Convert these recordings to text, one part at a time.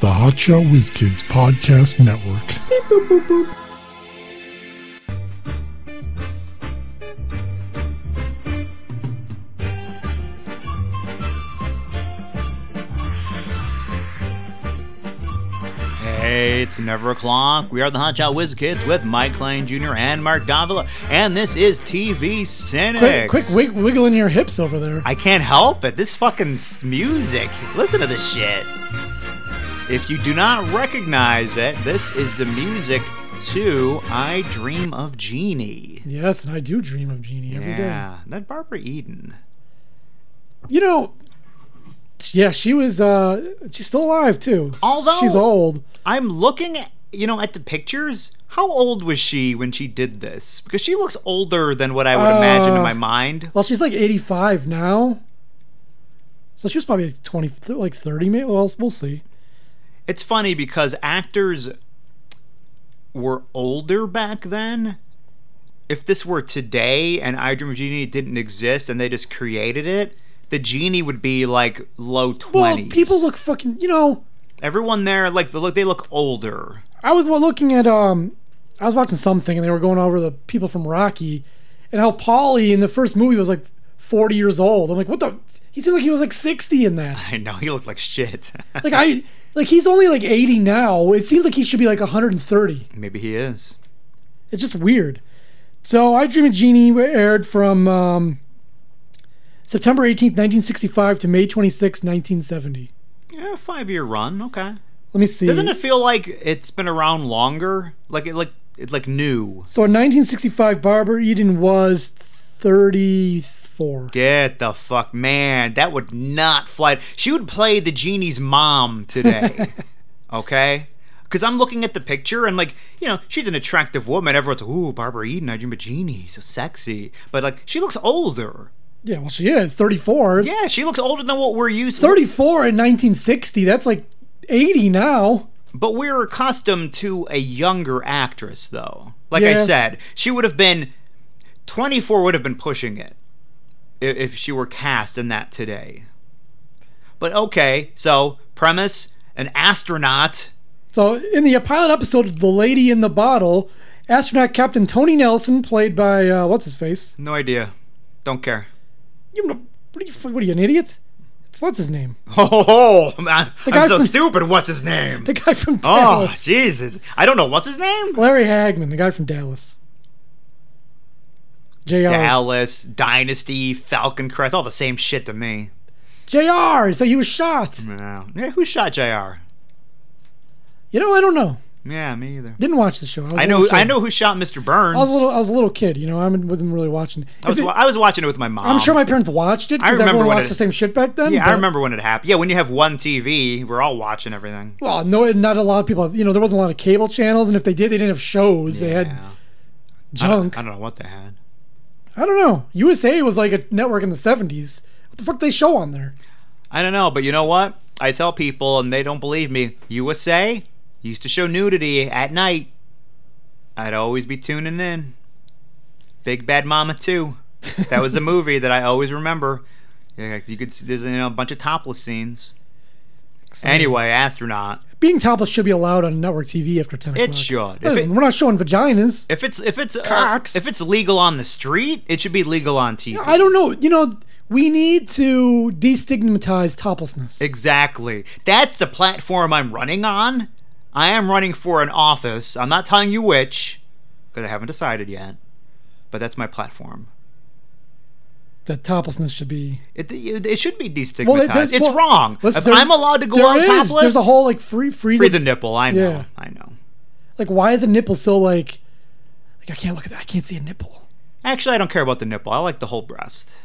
the Hotshot Whiz Kids Podcast Network. Hey, it's never o'clock. We are the Hotshot Whiz Kids with Mike Klein Jr. and Mark Davila, and this is TV Quick, Cynics. quick wig- wiggling your hips over there. I can't help it. This fucking s- music. Listen to this shit. If you do not recognize it, this is the music to I Dream of Jeannie. yes, and I do dream of Jeannie every day. Yeah, that Barbara Eden. You know, yeah, she was. uh She's still alive too. Although- she's old. I'm looking, at, you know, at the pictures. How old was she when she did this? Because she looks older than what I would imagine in Uh, my mind. Well, she's like 85 now. So she was probably like 20, th- like 30, maybe. Well, we'll see. It's funny because actors were older back then. If this were today and I Dream of Genie didn't exist and they just created it, the genie would be like low Well, twenties. people look fucking. You know, everyone there like they look they look older. I was looking at um, I was watching something and they were going over the people from Rocky, and how Paulie in the first movie was like 40 years old. I'm like, what the? He seemed like he was like 60 in that. I know he looked like shit. Like I, like he's only like 80 now. It seems like he should be like 130. Maybe he is. It's just weird. So I Dream of Jeannie aired from um, September 18th, 1965 to May 26, 1970. Yeah, five year run. Mm-hmm. Okay. Let me see. Doesn't it feel like it's been around longer? Like it like it's like new. so in 1965, Barbara Eden was 34. Get the fuck, man. That would not fly. She would play the genie's mom today. okay? Because I'm looking at the picture and, like, you know, she's an attractive woman. Everyone's, ooh, Barbara Eden, I dream of Genie. So sexy. But, like, she looks older. Yeah, well, she is 34. Yeah, she looks older than what we're used 34 in 1960. That's like 80 now. But we're accustomed to a younger actress, though. Like I Yeah. said, she would have been 24 would have been pushing it i- if she were cast in that today. But okay, so premise an astronaut. So in the pilot episode, The Lady in the Bottle, astronaut Captain Tony Nelson, played by, uh, what's his face? No idea. Don't care. You, what, are you, what are you, an idiot? It's, what's his name? Oh, man. guy I'm so from- stupid. What's his name? The guy from Oh, Dallas. Jesus. I don't know. What's his name? Larry Hagman, the guy from Dallas. JR. Dallas, Dynasty, Falcon Crest, all the same shit to me. JR. So he was shot. No. Yeah, who shot JR? You know, I don't know. Yeah, me either. Didn't watch the show. was I a know. little I kid. know who shot Mr. Burns. I was a little. I was a little kid. You know, I wasn't really watching. I was, If it- wa- I was watching it with my mom. I'm sure my parents watched it I because remember everyone when watched it- the same shit back then. Yeah, I but- remember when it happened. Yeah, when you have one TV, we're all watching everything. Well, no, not a lot of people. You know, there wasn't a lot of cable channels, and if they did, they didn't have shows. They had Yeah. I don't, junk. I don't know what they had. I don't know. USA was like a network in the 70s. What the fuck they show on there? I don't know, but you know what? I tell people, and they don't believe me. USA used to show nudity at night. I'd always be tuning in. Big Bad Mama Two. That was a movie that I always remember. Yeah, you could see there's you know a bunch of topless scenes. Anyway, astronaut. Being topless should be allowed on network TV after 10 o'clock. It should. If it- Listen, we're not showing vaginas. If it's if it's uh, Cocks. if it's legal on the street, it should be legal on TV. I don't know. You know, we need to destigmatize toplessness. exactly. That's the platform I'm running on. I am running for an office. I'm not telling you which because I haven't decided yet. But that's my platform. that toplessness should be. It, it, it should be destigmatized. Well, there- there's- it's well, wrong. listen, if there- I'm allowed to go there on is. topless, There's a whole like free free, free the nipple. I know. Yeah. I know. like why is a nipple so like like I can't look at that. I can't see a nipple. Actually, I don't care about the nipple. I like the whole breast.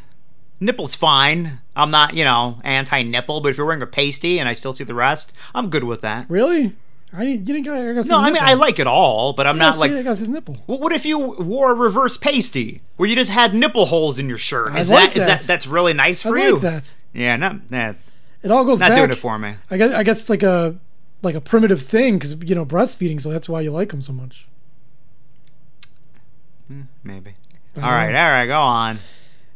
Nipple's fine. I'm not, you know, anti-nipple. But if you're wearing a pasty and I still see the rest, I'm good with that. Really? I need you didn't gotta, I gotta see No, the I mean nipple. I like it all, but I'm I gotta not see- like. I gotta see the nipple. What what if you wore a reverse pasty, where you just had nipple holes in your shirt? I Is like that is that. that that's really nice I for you? like that. Yeah, not nah, It all goes not back. doing it for me. I guess I guess it's like a like a primitive thing because you know breastfeeding, so that's why you like them so much. Maybe. Uh-huh. All right, all right, go on.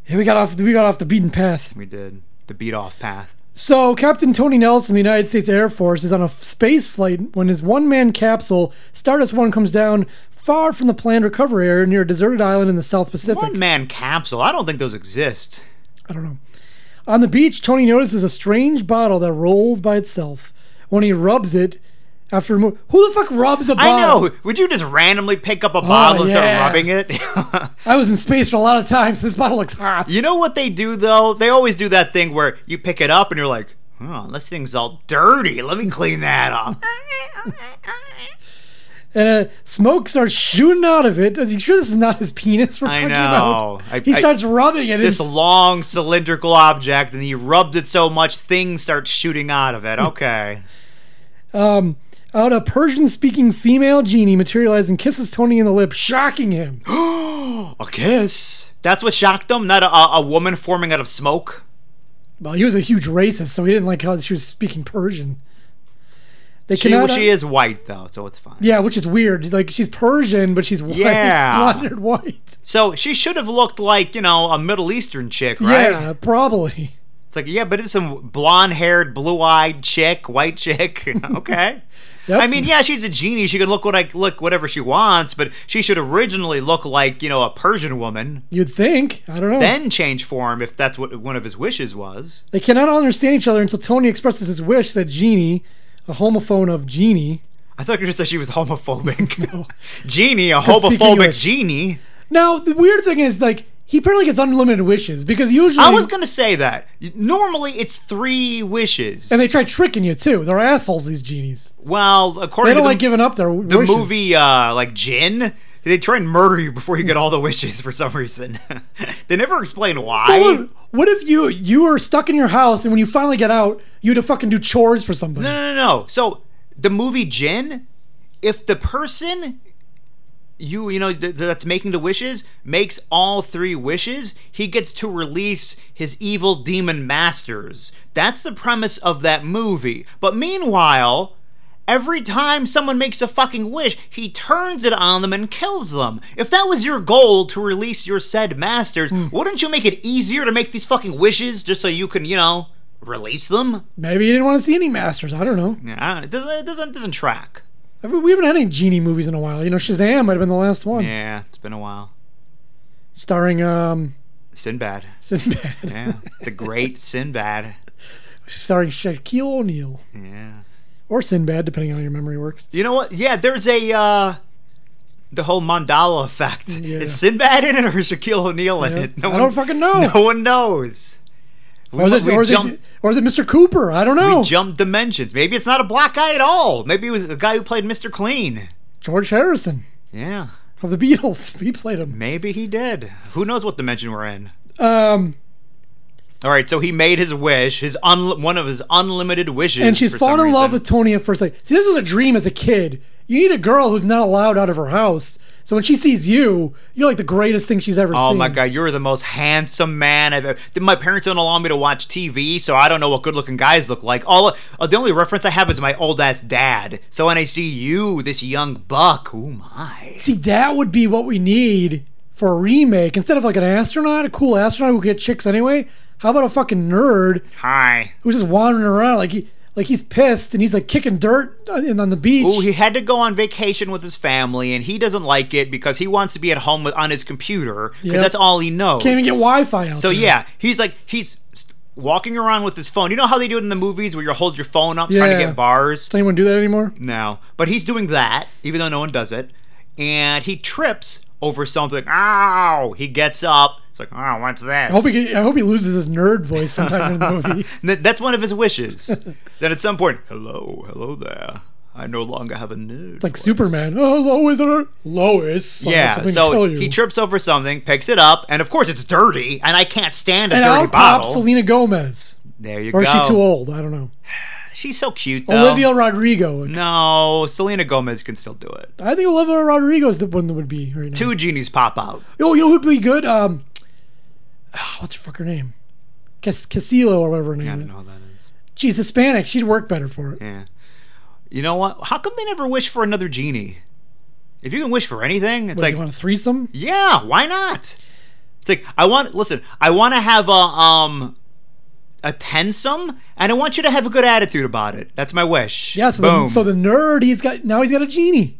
Hey, we got off we got off the beaten path. We did the beat off path. So, Captain Tony Nelson, of the United States Air Force, is on a space flight when his one man capsule, Stardust 1, comes down far from the planned recovery area near a deserted island in the South Pacific. One man capsule. I don't think those exist. I don't know. On the beach, Tony notices a strange bottle that rolls by itself. When he rubs it, after remo- who the fuck rubs a bottle? I know. Would you just randomly pick up a bottle and oh, yeah. start rubbing it? I was in space for a lot of times. this bottle looks hot. you know what they do though? They always do that thing where you pick it up and you're like, "Oh, this thing's all dirty. Let me clean that up." And uh, smoke starts shooting out of it. Are you sure this is not his penis we're I talking know. about? I- he I- starts rubbing it. this It's- long cylindrical object, and you rubbed it so much, things start shooting out of Hmm. it. Okay. um, out a Persian-speaking female genie materializes and kisses Tony in the lip, shocking him. a kiss. That's what shocked him. Not a, a, a woman forming out of smoke. well, he was a huge racist, so he didn't like how she was speaking Persian. They She, cannot. she is white though, so it's fine. Yeah, which is weird. Like she's Persian, but she's white, Yeah. blonde-haired white. So she should have looked like you know a Middle Eastern chick, right? Yeah, probably. It's like yeah, but it's some blonde-haired, blue-eyed chick, white chick. okay. Yep. I mean, yeah, she's a genie. She can look what I look whatever she wants, but she should originally look like you know a Persian woman, you'd think. I don't know. then change form if that's what one of his wishes was. They cannot all understand each other until Tony expresses his wish that Genie, a homophone of Genie. I thought you just said she was homophobic. No. Genie, a Doesn't speak homophobic English. genie. Now, the weird thing is, like, he apparently gets unlimited wishes because usually. I was gonna say that. Normally, it's three wishes. and they try tricking you, too. They're assholes, these genies. well, according They don't to like the, giving up their the wishes. movie, uh, like Jin, they try and murder you before you get all the wishes for some reason. they never explain But why. What, what if you you were stuck in your house and when you finally get out, you had to fucking do chores for somebody? No, no, no. So the movie Jin, if the person you you know th- that's making the wishes makes all three wishes, he gets to release his evil demon masters. That's the premise of that movie. But meanwhile. Every time someone makes a fucking wish, he turns it on them and kills them. If that was your goal to release your said masters, wouldn't you make it easier to make these fucking wishes just so you can, you know, release them? Maybe you didn't want to see any masters. I don't know. Yeah, I don't- it doesn't it doesn't, it doesn't track. I mean, we haven't had any genie movies in a while. You know, Shazam might have been the last one, Yeah, it's been a while. starring um, Sinbad. Sinbad, Yeah, the great Sinbad. starring Shaquille O'Neal Yeah. or Sinbad, depending on how your memory works. You know what? Yeah, there's a uh the whole mandala effect. Yeah. Is Sinbad in it or is Shaquille O'Neal in Yeah. it? No I don't fucking know. No one knows. We, Or is, it, we or, is jumped, it, or is it Mr. Cooper? I don't know. we jumped dimensions. Maybe it's not a black guy at all. Maybe it was a guy who played Mr. Clean. George Harrison Yeah. of the Beatles. He played him. Maybe he did. Who knows what dimension we're in? Um, All right, so he made his wish, his un- one of his unlimited wishes. and she's for some fallen in love reason. with Tony at first sight. See, this was a dream as a kid. You need a girl who's not allowed out of her house. So when she sees you, you're like the greatest thing she's ever seen. Oh my god, you're the most handsome man I've ever. My parents don't allow me to watch TV, so I don't know what good-looking guys look like. All uh, the only reference I have is my old-ass dad. So when I see you, this young buck, oh my. See, that would be what we need for a remake. Instead of like an astronaut, a cool astronaut who get chicks anyway. How about a fucking nerd Hi. who's just wandering around like he like he's pissed and he's like kicking dirt on, on the beach. Ooh, he had to go on vacation with his family, and he doesn't like it because he wants to be at home with, on his computer because Yep. that's all he knows. Can't even get Wi-Fi out. So there. yeah, he's like he's walking around with his phone. You know how they do it in the movies where you hold your phone up trying to Yeah. get bars. Does anyone do that anymore? No, but he's doing that even though no one does it, and he trips over something. Ow! He gets up. It's like, oh, what's this? I hope he get- I hope he loses his nerd voice sometime in the movie. And that- That's one of his wishes. then at some point, hello, hello there. I no longer have a nude. Like Superman. Oh, Lois, or Lois. Like, Yeah, something to so kill you. he trips over something, picks it up, and of course it's dirty, and I can't stand a and dirty out pops bottle. Selena Gomez. there you go. Or is she too old? I don't know. She's so cute, though. Olivia Rodrigo. No, Selena Gomez can still do it. I think Olivia Rodrigo is the one that would be right now. Two genies pop out. Oh, you know who'd be good? Um, ah, what's her fucker name? Cas- Casillo or whatever her I name. don't is. know who that is. She's Hispanic. She'd work better for it. Yeah. You know what? How come they never wish for another genie? If you can wish for anything, it's Like, like, you want a threesome? yeah, why not? It's like I want. Listen, I want to have a um. a tensum, and I want you to have a good attitude about it. That's my wish. Yeah, so Boom. the, so the nerd he's got now he's got a genie,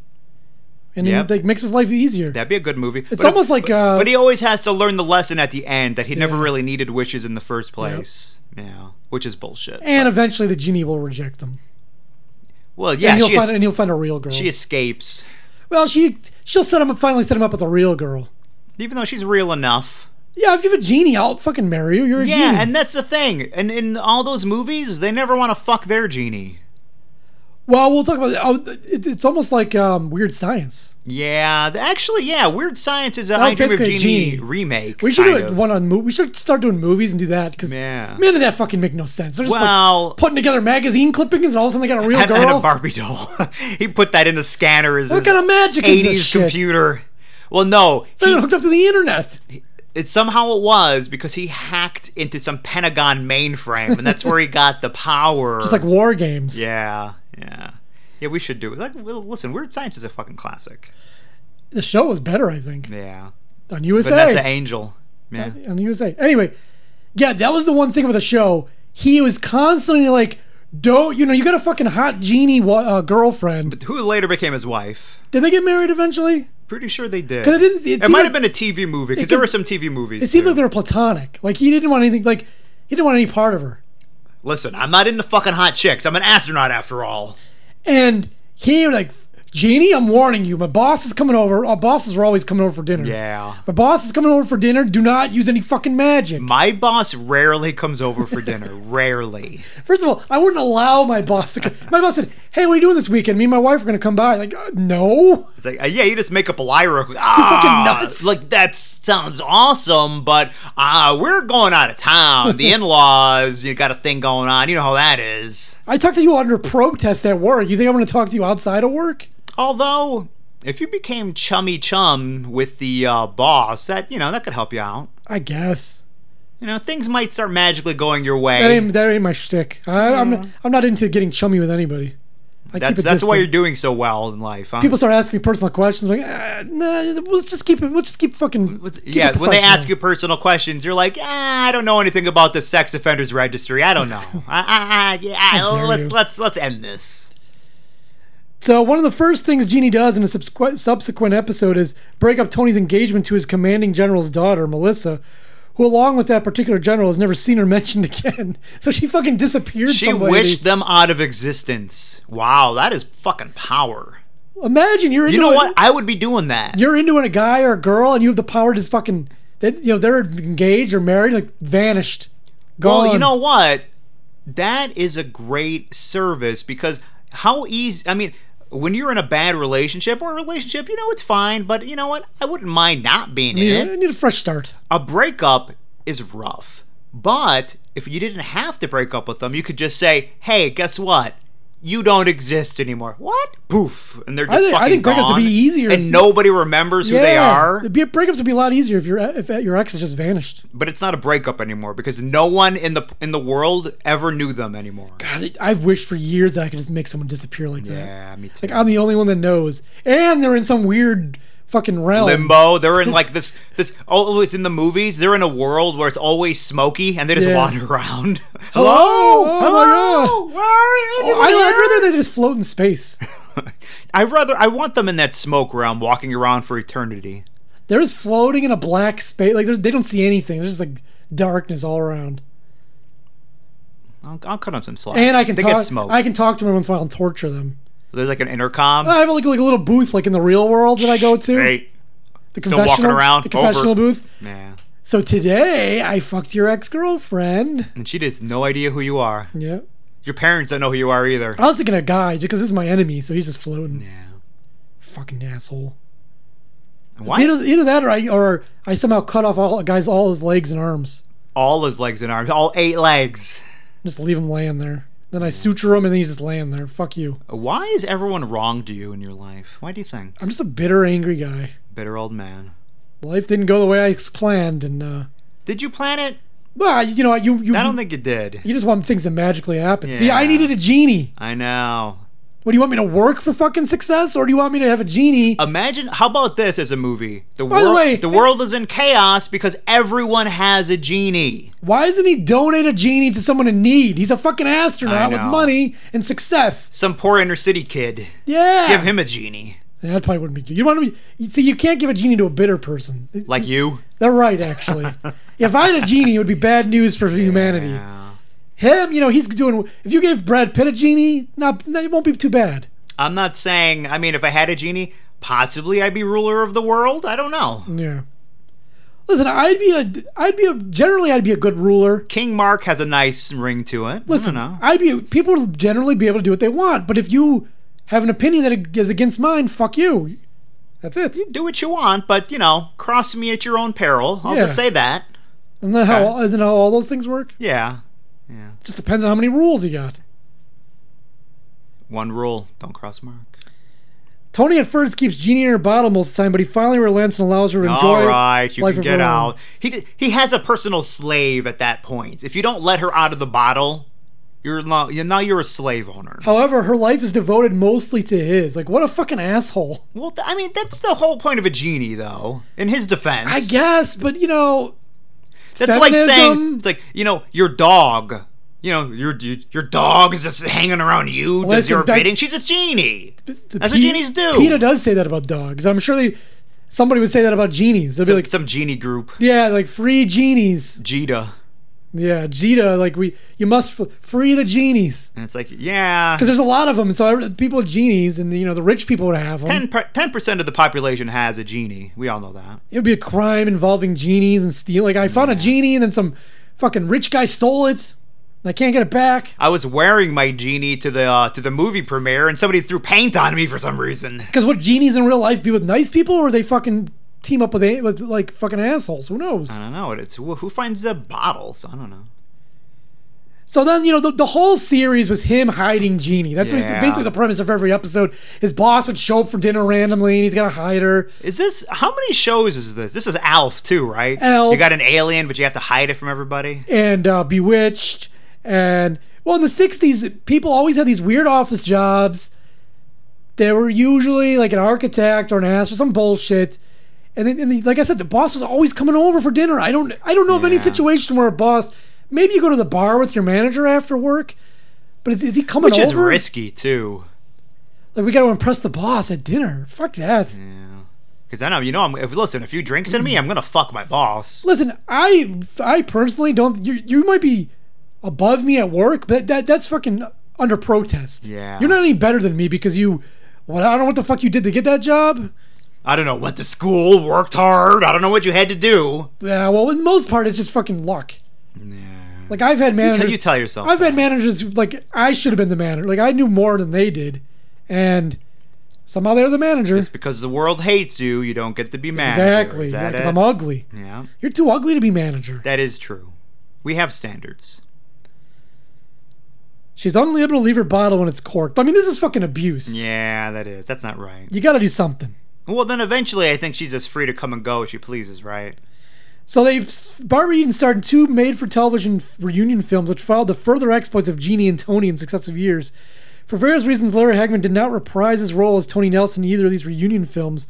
and Yep. it like makes his life easier. That'd be a good movie. It's if- almost like, uh, but he always has to learn the lesson at the end that he never Yeah. really needed wishes in the first place. Yeah, which is bullshit. and eventually the genie will reject him. well, and yeah, he'll she, find es- and he'll find a real girl. she escapes, well, she she'll set him up finally set him up with a real girl. even though she's real enough. Yeah, if you have a genie, I'll fucking marry you. You're a Yeah, genie. and that's the thing. And in all those movies, they never want to fuck their genie. well, we'll talk about it. Oh, it it's almost like um, weird science. Yeah, th- actually, yeah, Weird Science is a was I Dream of basically Genie, a genie. remake. We should do kind like of. one on movie. We should start doing movies and do that because Yeah. man, did that fucking make no sense. They're just Well- like putting together magazine clippings and all of a sudden they got a real and, girl. and a Barbie doll. he put that in the scanner as what his kind of magic is this 80s shit? computer. Well, no, They're he- hooked up to the internet. it somehow it was because he hacked into some Pentagon mainframe, and that's where he got the power. It's like war games. yeah, yeah, yeah. We should do it. Like, well, listen, Weird Science is a fucking classic. The show was better, I think, Yeah, on USA. Vanessa Angel. Yeah, on USA. Anyway, yeah, that was the one thing with the show. He was constantly like, "Don't you know you got a fucking hot genie wa- uh, girlfriend? who later became his wife. Did they get married eventually? Pretty sure they did. 'Cause it didn't- it it seemed might like- have been a TV movie because it- there were some TV movies. It seemed too. like they were platonic. Like he didn't want anything. Like he didn't want any part of her. Listen, I'm not into fucking hot chicks. I'm an astronaut after all. And he was like, Genie, I'm warning you. My boss is coming over. Our bosses were always coming over for dinner. Yeah. My boss is coming over for dinner. Do not use any fucking magic. My boss rarely comes over for dinner. rarely. First of all, I wouldn't allow my boss to. Come. My boss said, "Hey, what are you doing this weekend? Me and my wife are gonna come by." Like, uh, no. It's like, uh, yeah, you just make up a lie real quick. Ah, nuts. Like, that sounds awesome, but uh, we're going out of town. The in laws, you got a thing going on. You know how that is. I talked to you under protest at work. You think I'm gonna talk to you outside of work? Although, if you became chummy chum with the uh, boss, that, you know, that could help you out. I guess You know, things might start magically going your way. that ain't that ain't my shtick. I, I'm not, I'm not into getting chummy with anybody. I that's keep it that's why distant. you're doing so well in life. Huh? People start asking me personal questions. Like, uh, nah, let's just keep it. Let's just keep fucking. What's- keep it yeah, when they ask professional." you personal questions, you're like, ah, I don't know anything about the sex offenders registry. I don't know. Ah, ah, ah, yeah, How dare let's, you. let's let's end this. So one of the first things Genie does in a subsequent, subsequent episode is break up Tony's engagement to his commanding general's daughter, Melissa, who, along with that particular general, has never seen or mentioned again. So she fucking disappeared. She some lady. wished them out of existence. Wow, that is fucking power. Imagine you're into You know a, what? I would be doing that. You're into a guy or a girl, and you have the power to just fucking. That you know they're engaged or married, like vanished, gone. Well, you know what? That is a great service because how easy. I mean, when you're in a bad relationship or a relationship, you know it's fine. But you know what? I wouldn't mind not being in Yeah, it. I need a fresh start. a breakup is rough, but if you didn't have to break up with them, you could just say, "Hey, guess what? You don't exist anymore." What? Poof, and they're just I think- I fucking think breakups would gone, be easier if and you- nobody remembers who they are. It'd be- breakups would be a lot easier if your if your ex has just vanished. But it's not a breakup anymore because no one in the in the world ever knew them anymore. God, it- I've wished for years that I could just make someone disappear like that. Yeah, me too. Like I'm the only one that knows, and they're in some weird fucking realm. Limbo. They're in like this this always in the movies. They're in a world where it's always smoky and they just Yeah. wander around. Hello? Hello, Oh my God. Oh, hello, where are I, you? I'd rather they just float in space. I rather I want them in that smoke realm, walking around for eternity. They're just floating in a black space. Like they're- they don't see anything. There's just like darkness all around. I'll, I'll cut them some slack. And I can they talk. get smoke. I can talk to them once in a while and torture them. There's like an intercom. I have like, like a little booth like in the real world that I go to. Hey, the still walking confessional- around. The confessional Over. booth. yeah. So today I fucked your ex girlfriend. And she has no idea who you are. Yeah. Your parents don't know who you are either. I was thinking a guy just because this is my enemy, so he's just floating. Yeah. Fucking asshole. What? Either, either that or I or I somehow cut off all a guy's all his legs and arms. all his legs and arms, all eight legs. Just leave him laying there. Then I suture him and then he's just laying there. Fuck you. Why is everyone wronged you in your life? Why do you think? I'm just a bitter, angry guy. Bitter old man. Life didn't go the way I planned, and uh, Did you plan it? well, you know, you you I don't think you did. you just want things to magically happen. See, I Yeah. needed a genie. I know. What do you want me to work for fucking success, or do you want me to have a genie? Imagine how about this as a movie? The the world way- the world is in chaos because everyone has a genie. Why doesn't he donate a genie to someone in need? He's a fucking astronaut I with know. money and success. Some poor inner city kid. Yeah, Give him a genie. Yeah, that probably wouldn't be good. You want to be? You see, you can't give a genie to a bitter person. Like you. They're right, actually. if I had a genie, it would be bad news for humanity. Yeah. Him, you know, he's doing. If you gave Brad Pitt a genie, not, no, it won't be too bad. I'm not saying I mean if I had a genie, possibly I'd be ruler of the world. I don't know. Yeah. Listen, I'd be a, I'd be a, generally, I'd be a good ruler. King Mark has a nice ring to it. Listen, I don't know. I'd be people will generally be able to do what they want, but if you have an opinion that is against mine, fuck you. That's it. do what you want, but you know, cross me at your own peril. I'll just Yeah. say that. Isn't that how all, isn't that how all those things work? Yeah. Yeah. Just depends on how many rules you got. One rule, don't cross Mark. Tony at first keeps Genie in her bottle most of the time, but he finally relents and allows her to enjoy. All right, you life can of get her own. out. He d- he has a personal slave at that point. If you don't let her out of the bottle, you're lo- you're now you're a slave owner. However, her life is devoted mostly to his. Like, what a fucking asshole. Well, th- I mean that's the whole point of a genie, though. In his defense, I guess, but you know, that's like saying feminism- it's like you know your dog. You know your your your dog is just hanging around you, does Listen, your that- bidding. She's a genie. the That's what Pe- genies do. PETA does say that about dogs. I'm sure they, somebody would say that about genies. They'll be Some, like, some genie group, yeah, like free genies. Jita, Yeah, Jita, like we, you must f- free the genies and it's like yeah. because there's a lot of them. So every- people with genies, and you know, the rich people would have them. Ten percent of the population has a genie. We all know that. It would be a crime involving genies and steal. Like I found a genie, and then some fucking rich guy stole it. And I can't get it back. I was wearing my genie to the uh, to the movie premiere, and somebody threw paint on me for some reason. Because would genies in real life be with nice people, or they fucking team up with, a- with like fucking assholes? Who knows? I don't know. It's who, who finds the bottles. I don't know. So then, you know, the, the whole series was him hiding Genie. That's what he's- Yeah. basically the premise of every episode. His boss would show up for dinner randomly, and he's gonna hide her. Is this how many shows is this? This is Alf too, right? Alf. You got an alien, but you have to hide it from everybody. and uh, Bewitched, and well, in the '60s, people always had these weird office jobs. They were usually like an architect or an ass or some bullshit. And, then, and the, like I said, the boss was always coming over for dinner. I don't, I don't know of any Yeah. situation where a boss. Maybe you go to the bar with your manager after work, but is, is he coming Which over? is risky too. Like we got to impress the boss at dinner. Fuck that. Yeah. Because I know you know. I'm, if listen, a few drinks in me, I'm gonna fuck my boss. Listen, I I personally don't. You you might be above me at work, but that that's fucking under protest. Yeah. you're not any better than me because you. Well, I don't know what the fuck you did to get that job. I don't know. Went to school, worked hard. I don't know what you had to do. Yeah, well, in most part, it's just fucking luck. Yeah. Like I've had managers. Because you tell yourself. I've that. had managers who, like I should have been the manager. Like I knew more than they did, and somehow they're the manager. It's because the world hates you. You don't get to be manager. Exactly, Is yeah, that because it? I'm ugly. yeah. You're too ugly to be manager. That is true. We have standards. She's only able to leave her bottle when it's corked. I mean, this is fucking abuse. Yeah, that is. That's not right. You got to do something. Well, then eventually, I think she's just free to come and go as she pleases, right? So they Barbara Eden starred in two made-for-television f- reunion films, which followed the further exploits of Jeannie and Tony in successive years. For various reasons, Larry Hagman did not reprise his role as Tony Nelson in either of these reunion films.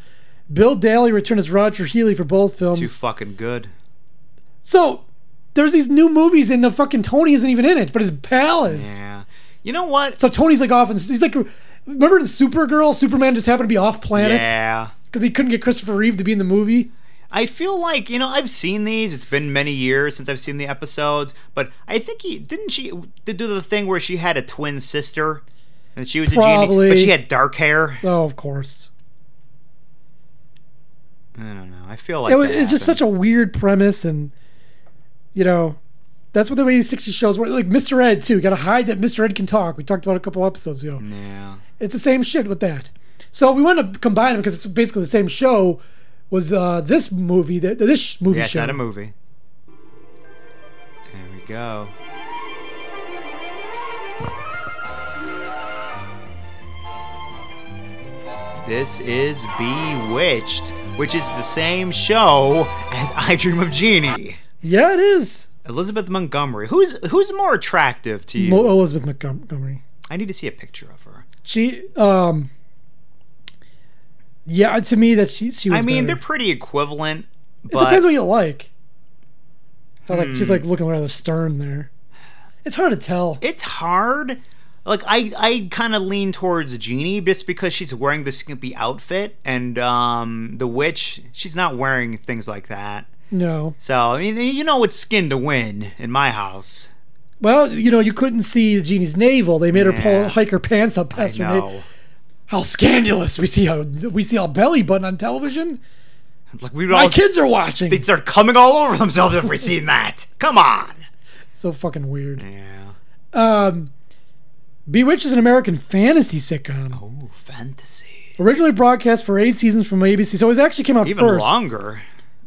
Bill Daly returned as Roger Healy for both films. Too fucking good. so there's these new movies, and the fucking Tony isn't even in it, but his pal is. Yeah. You know what? So Tony's like off, and he's like, remember in Supergirl, Superman just happened to be off planet Yeah. because he couldn't get Christopher Reeve to be in the movie. I feel like you know I've seen these. It's been many years since I've seen the episodes, but I think he didn't she did do the thing where she had a twin sister, and she was a genie, Probably. but she had dark hair. Oh, of course. I don't know. I feel like it was, that it's just happened. such a weird premise and you know that's what the way these 60 shows were like mr ed too got to hide that mr ed can talk we talked about it a couple episodes ago Yeah. it's the same shit with that so we want to combine them because it's basically the same show was uh, this movie that this sh- movie Yeah, it's show not a movie. There we go. This is Bewitched, which is the same show as I Dream of Jeannie. yeah it is Elizabeth Montgomery. Who's who's more attractive to you? Mo- oh, elizabeth montgomery I need to see a picture of her. She, um, yeah, to me that she she was. I mean, better. they're pretty equivalent, it but Hmm. depends what you like. I like she's like looking rather stern there. It's hard to tell. it's hard. Like I, I kind of lean towards Jeannie just because she's wearing the skimpy outfit, and um, the witch, she's not wearing things like that. No, So I mean, you know, it's skin to win in my house. well, you know, you couldn't see Jeannie's navel. They made her Yeah. pull hike her pants up I past her navel. know. How scandalous! We see how we see how belly button on television. Like we My all kids are watching. they'd start coming all over themselves if we seen that. Come on. so fucking weird. Yeah. Um, Bewitched is an American fantasy sitcom Ooh, fantasy. originally broadcast for eight seasons from ABC. So it actually came out Even first. longer.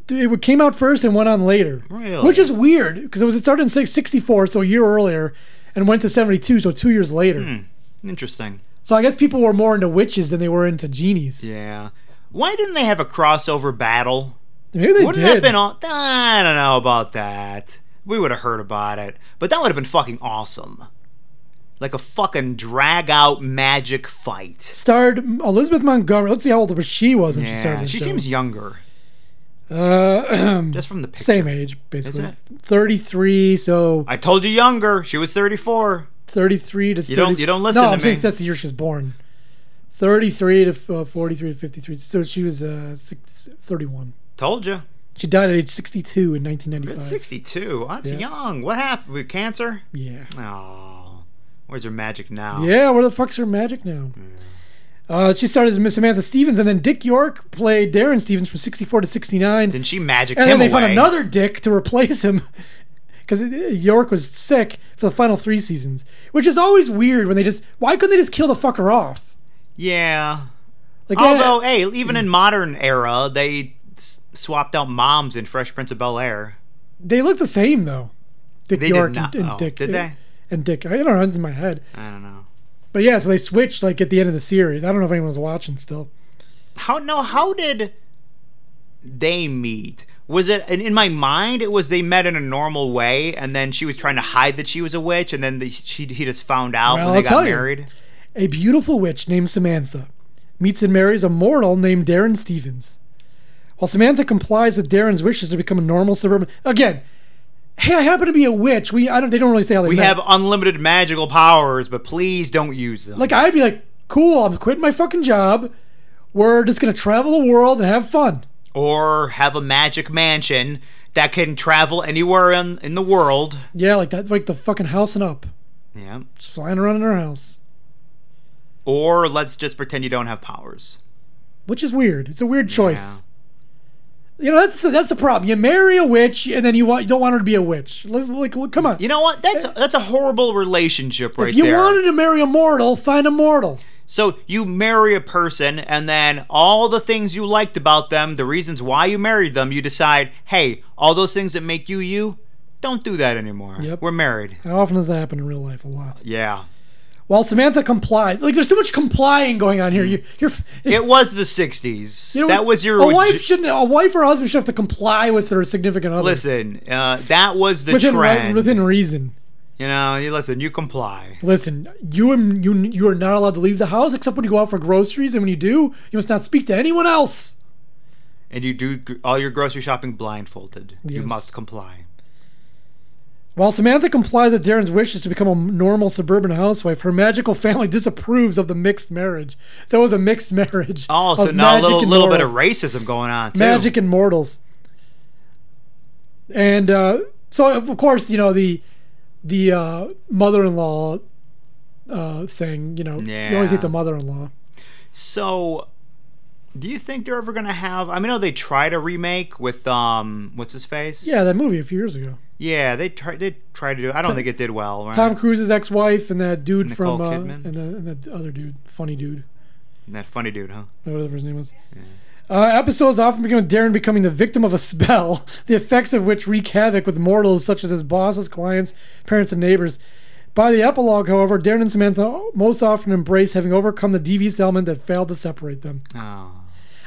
it came out first and went on later, Really? which is weird because it was it started in six- 64, so a year earlier, and went to 72, so two years later. Hmm. Interesting. So I guess people were more into witches than they were into genies. Yeah. Why didn't they have a crossover battle? Maybe they Wouldn't that did. have been all? I don't know about that. We would have heard about it, but that would have been fucking awesome. Like a fucking drag out magic fight. Starred Elizabeth Montgomery. Let's see how old she was when she started. Yeah, this she show. seems younger, uh, just from the picture. same age basically, it? 33. So I told you younger. She was 34. 33 to 30, don't- you don't listen no, to I'm saying me. that's the year she was born. 33 to uh, 43 to 53. So she was uh, six, 31. Told you. She died at age 62 in 1995. It's 62. That's Yeah. young. What happened? With cancer? Yeah. Oh, where's her magic now? Yeah, where the fuck's her magic now? Uh, she started as Miss Samantha Stevens, and then Dick York played Darren Stevens from 64 to 69. Didn't she magic and him then they away? found another Dick to replace him because York was sick for the final three seasons, which is always weird when they just. Why couldn't they just kill the fucker off? Yeah. Like, Although, eh, hey, even in modern era, they s- swapped out moms in Fresh Prince of Bel Air. they look the same, though. Dick They did York not- and, and oh, Dick. eh, did they? And Dick. I don't know, it's in my head. I don't know. But yeah, so they switched like at the end of the series. I don't know if anyone's watching still. How no? How did they meet? Was it in, in my mind? It was they met in a normal way, and then she was trying to hide that she was a witch, and then the, she he just found out Well, when they I'll got tell you. married. A beautiful witch named Samantha meets and marries a mortal named Darren Stevens. While Samantha complies with Darren's wishes to become a normal suburban, again, hey, I happen to be a witch. We, I don't, they don't really say how they We met. have unlimited magical powers, but please don't use them. like I'd be like, cool, I'm quitting my fucking job. We're just gonna travel the world and have fun. or have a magic mansion that can travel anywhere in, in the world. Yeah, like that, like the fucking house and up, Yeah. just flying around in our house, Or let's just pretend you don't have powers. which is weird. It's a weird choice. You know, that's the, that's the problem. You marry a witch and then you want you don't want her to be a witch. Let's like, look, come on. You know what? That's that's a horrible relationship right If you there. wanted to marry a mortal, find a mortal. so you marry a person, and then all the things you liked about them, the reasons why you married them, you decide, hey, all those things that make you you, don't do that anymore. Yep. We're married. How often does that happen in real life? A lot. Yeah. While Samantha complies, like there's too much complying going on here. You, you're, It was the '60s. you know, that was your a reg- wife shouldn't a wife or husband should have to comply with their significant other. Listen, uh, that was the within right- trend. within reason. you know, you listen, you comply. Listen, you and you you are not allowed to leave the house except when you go out for groceries, and when you do, you must not speak to anyone else. and you do gr- all your grocery shopping blindfolded. You Yes. must comply. While Samantha complies with Darren's wishes to become a normal suburban housewife, her magical family disapproves of the mixed marriage. So it was a mixed marriage. Oh, so of now a magic little and little bit of morals. racism going on too. magic and mortals and uh, so of course you know the the uh, mother-in-law uh, thing you know you always Yeah. hate the mother-in-law So, do you think they're ever gonna have? I mean, I know they tried a remake with um, what's his face? yeah that movie a few years ago yeah. They tried. They tried to do. I don't think it did well. Right? tom cruise's ex-wife and that dude Uh-huh. Nicole from uh, Kidman? and, the, and that other dude funny dude that funny dude, huh? whatever his name was uh, episodes often begin with Darren becoming the victim of a spell, the effects of which wreak havoc with mortals such as his bosses, clients, parents, and neighbors. By the epilogue, however, Darren and Samantha most often embrace having overcome the devious element that failed to separate them. Oh.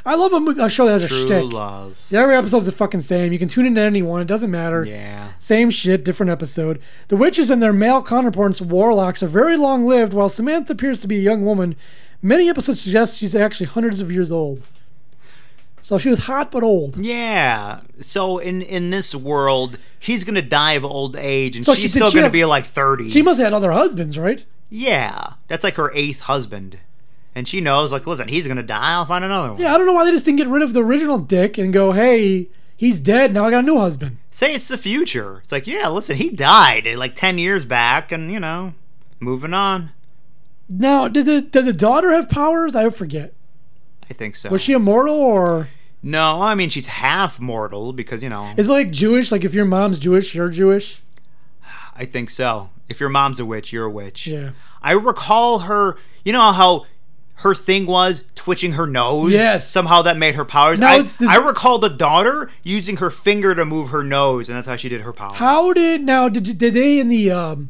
I love a, mo- a show that has a True shtick. love. Every episode's the fucking same. You can tune in to anyone. It doesn't matter. Yeah. Same shit, different episode. The witches and their male counterparts, warlocks, are very long lived, while Samantha appears to be a young woman. Many episodes suggest she's actually hundreds of years old. So she was hot but old. Yeah. So in in this world, he's gonna die of old age, and So she- she's did still she gonna have- be like thirty. She must have had other husbands, right? yeah, that's like her eighth husband, and she knows like, listen, he's gonna die. I'll find another one. Yeah, I don't know why they just didn't get rid of the original dick and go, hey, he's dead. Now I got a new husband. Say it's the future. It's like, yeah, listen, he died eh, like ten years back, and you know, moving on. Now, did the, did the daughter have powers? I forget. I think so. Was she immortal or no, I mean she's half mortal because you know. is it like Jewish? Like if your mom's Jewish, you're Jewish? I think so. If your mom's a witch, you're a witch. Yeah. I recall her. You know how her thing was twitching her nose. Yes. Somehow that made her powers. Now, I, this- I recall the daughter using her finger to move her nose, and that's how she did her powers. How did now did did they in the um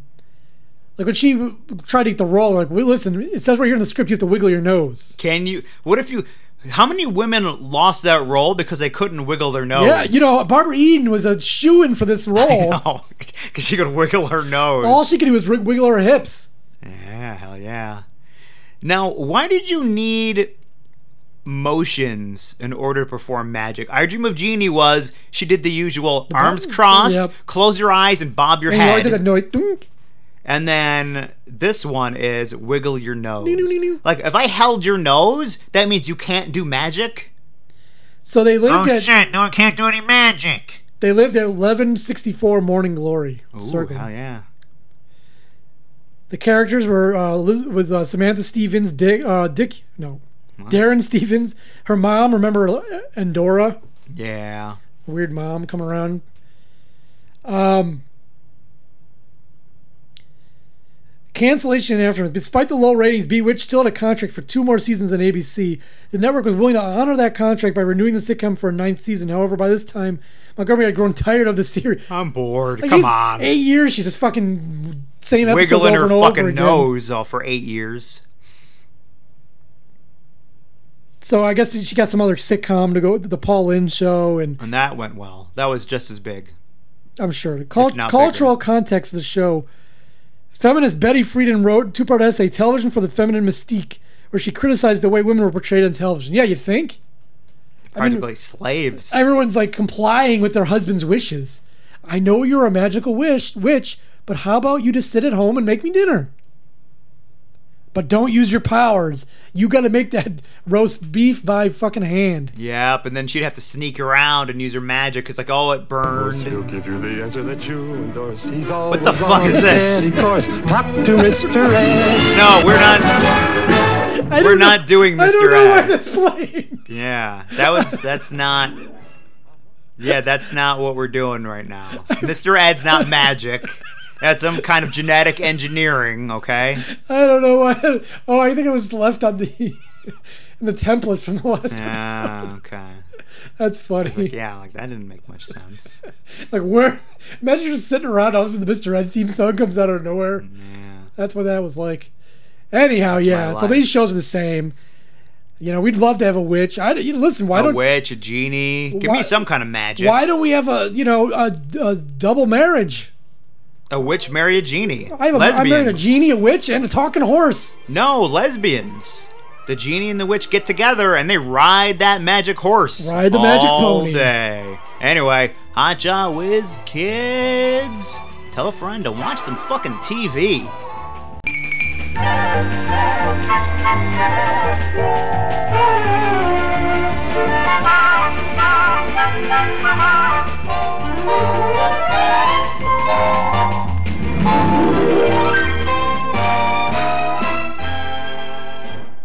like when she w- tried to get the role like "Well, listen it says right here in the script you have to wiggle your nose. Can you? What if you? How many women lost that role because they couldn't wiggle their nose? Yeah, you know Barbara Eden was a shoe in for this role. Oh, because she could wiggle her nose. All she could do was wrig- wiggle her hips. Yeah, hell yeah. Now, why did you need motions in order to perform magic? Our dream of genie was she did the usual arms crossed, yep. close your eyes, and bob your And you head. always had that noise. "Dunk." And then this one is wiggle your nose. Nee, nee, nee, nee. Like if I held your nose, that means you can't do magic. Oh, So they lived at shit! No, I can't do any magic. they lived at eleven sixty four Morning Glory Ooh, Circle. hell yeah! The characters were uh, Liz- with uh, Samantha Stevens, Dick, uh, Dick, no, Darren Stevens, her mom. Remember uh, Endora? Yeah. weird mom come around. Um, cancellation and aftermath. Despite the low ratings, Bewitched still had a contract for two more seasons on ABC. The network was willing to honor that contract by renewing the sitcom for a ninth season. However, by this time, Montgomery had grown tired of the series. I'm bored. Like, Come eight- on. Eight years, she's just fucking same episode Wiggling over her and over fucking again. nose off for eight years. So I guess she got some other sitcom to go with the Paul Lynn show and And that went well. That was just as big. I'm sure. Cul- If not cultural context of the show. Feminist Betty Friedan wrote a two part essay, Television for the Feminine Mystique, where she criticized the way women were portrayed on television. Yeah, you think? Practically slaves. Everyone's like complying with their husband's wishes. I know you're a magical wish, witch, but how about you just sit at home and make me dinner? But don't use your powers. You got to make that roast beef by fucking hand. yep, and then she'd have to sneak around and use her magic. It's like, oh, it He'll burned. give you the answer that you endorse. He's all the fuck is this? Of course, talk to Mr. Ed. No, we're not. I We're don't know- not doing I Mr. don't know why Ed. that's playing. Yeah, that was. That's not. Yeah, that's not what we're doing right now. Mr. Ed's not magic. That's some kind of genetic engineering, okay? I don't know why. Oh, I think it was left on the in the template from the last episode. Ah, okay. That's funny. Yeah, like that didn't make much sense. Like where? Imagine just sitting around, all of a sudden the Mr. Ed theme song comes out of nowhere. Yeah. That's what that was like. Anyhow, yeah. my So life. these shows are the same. You know, we'd love to have a witch. I you know, listen. Why A don't witch, a genie. Give Why- me some kind of magic. Why don't we have a you know a, a double marriage? A witch marry a genie. I have a, I'm Lesbians. married a genie, a witch, and a talking horse. No, lesbians. The genie and the witch get together and they ride that magic horse. Ride the magic all pony. day. Anyway, hot jaw whiz kids. Tell a friend to watch some fucking TV. Thank you.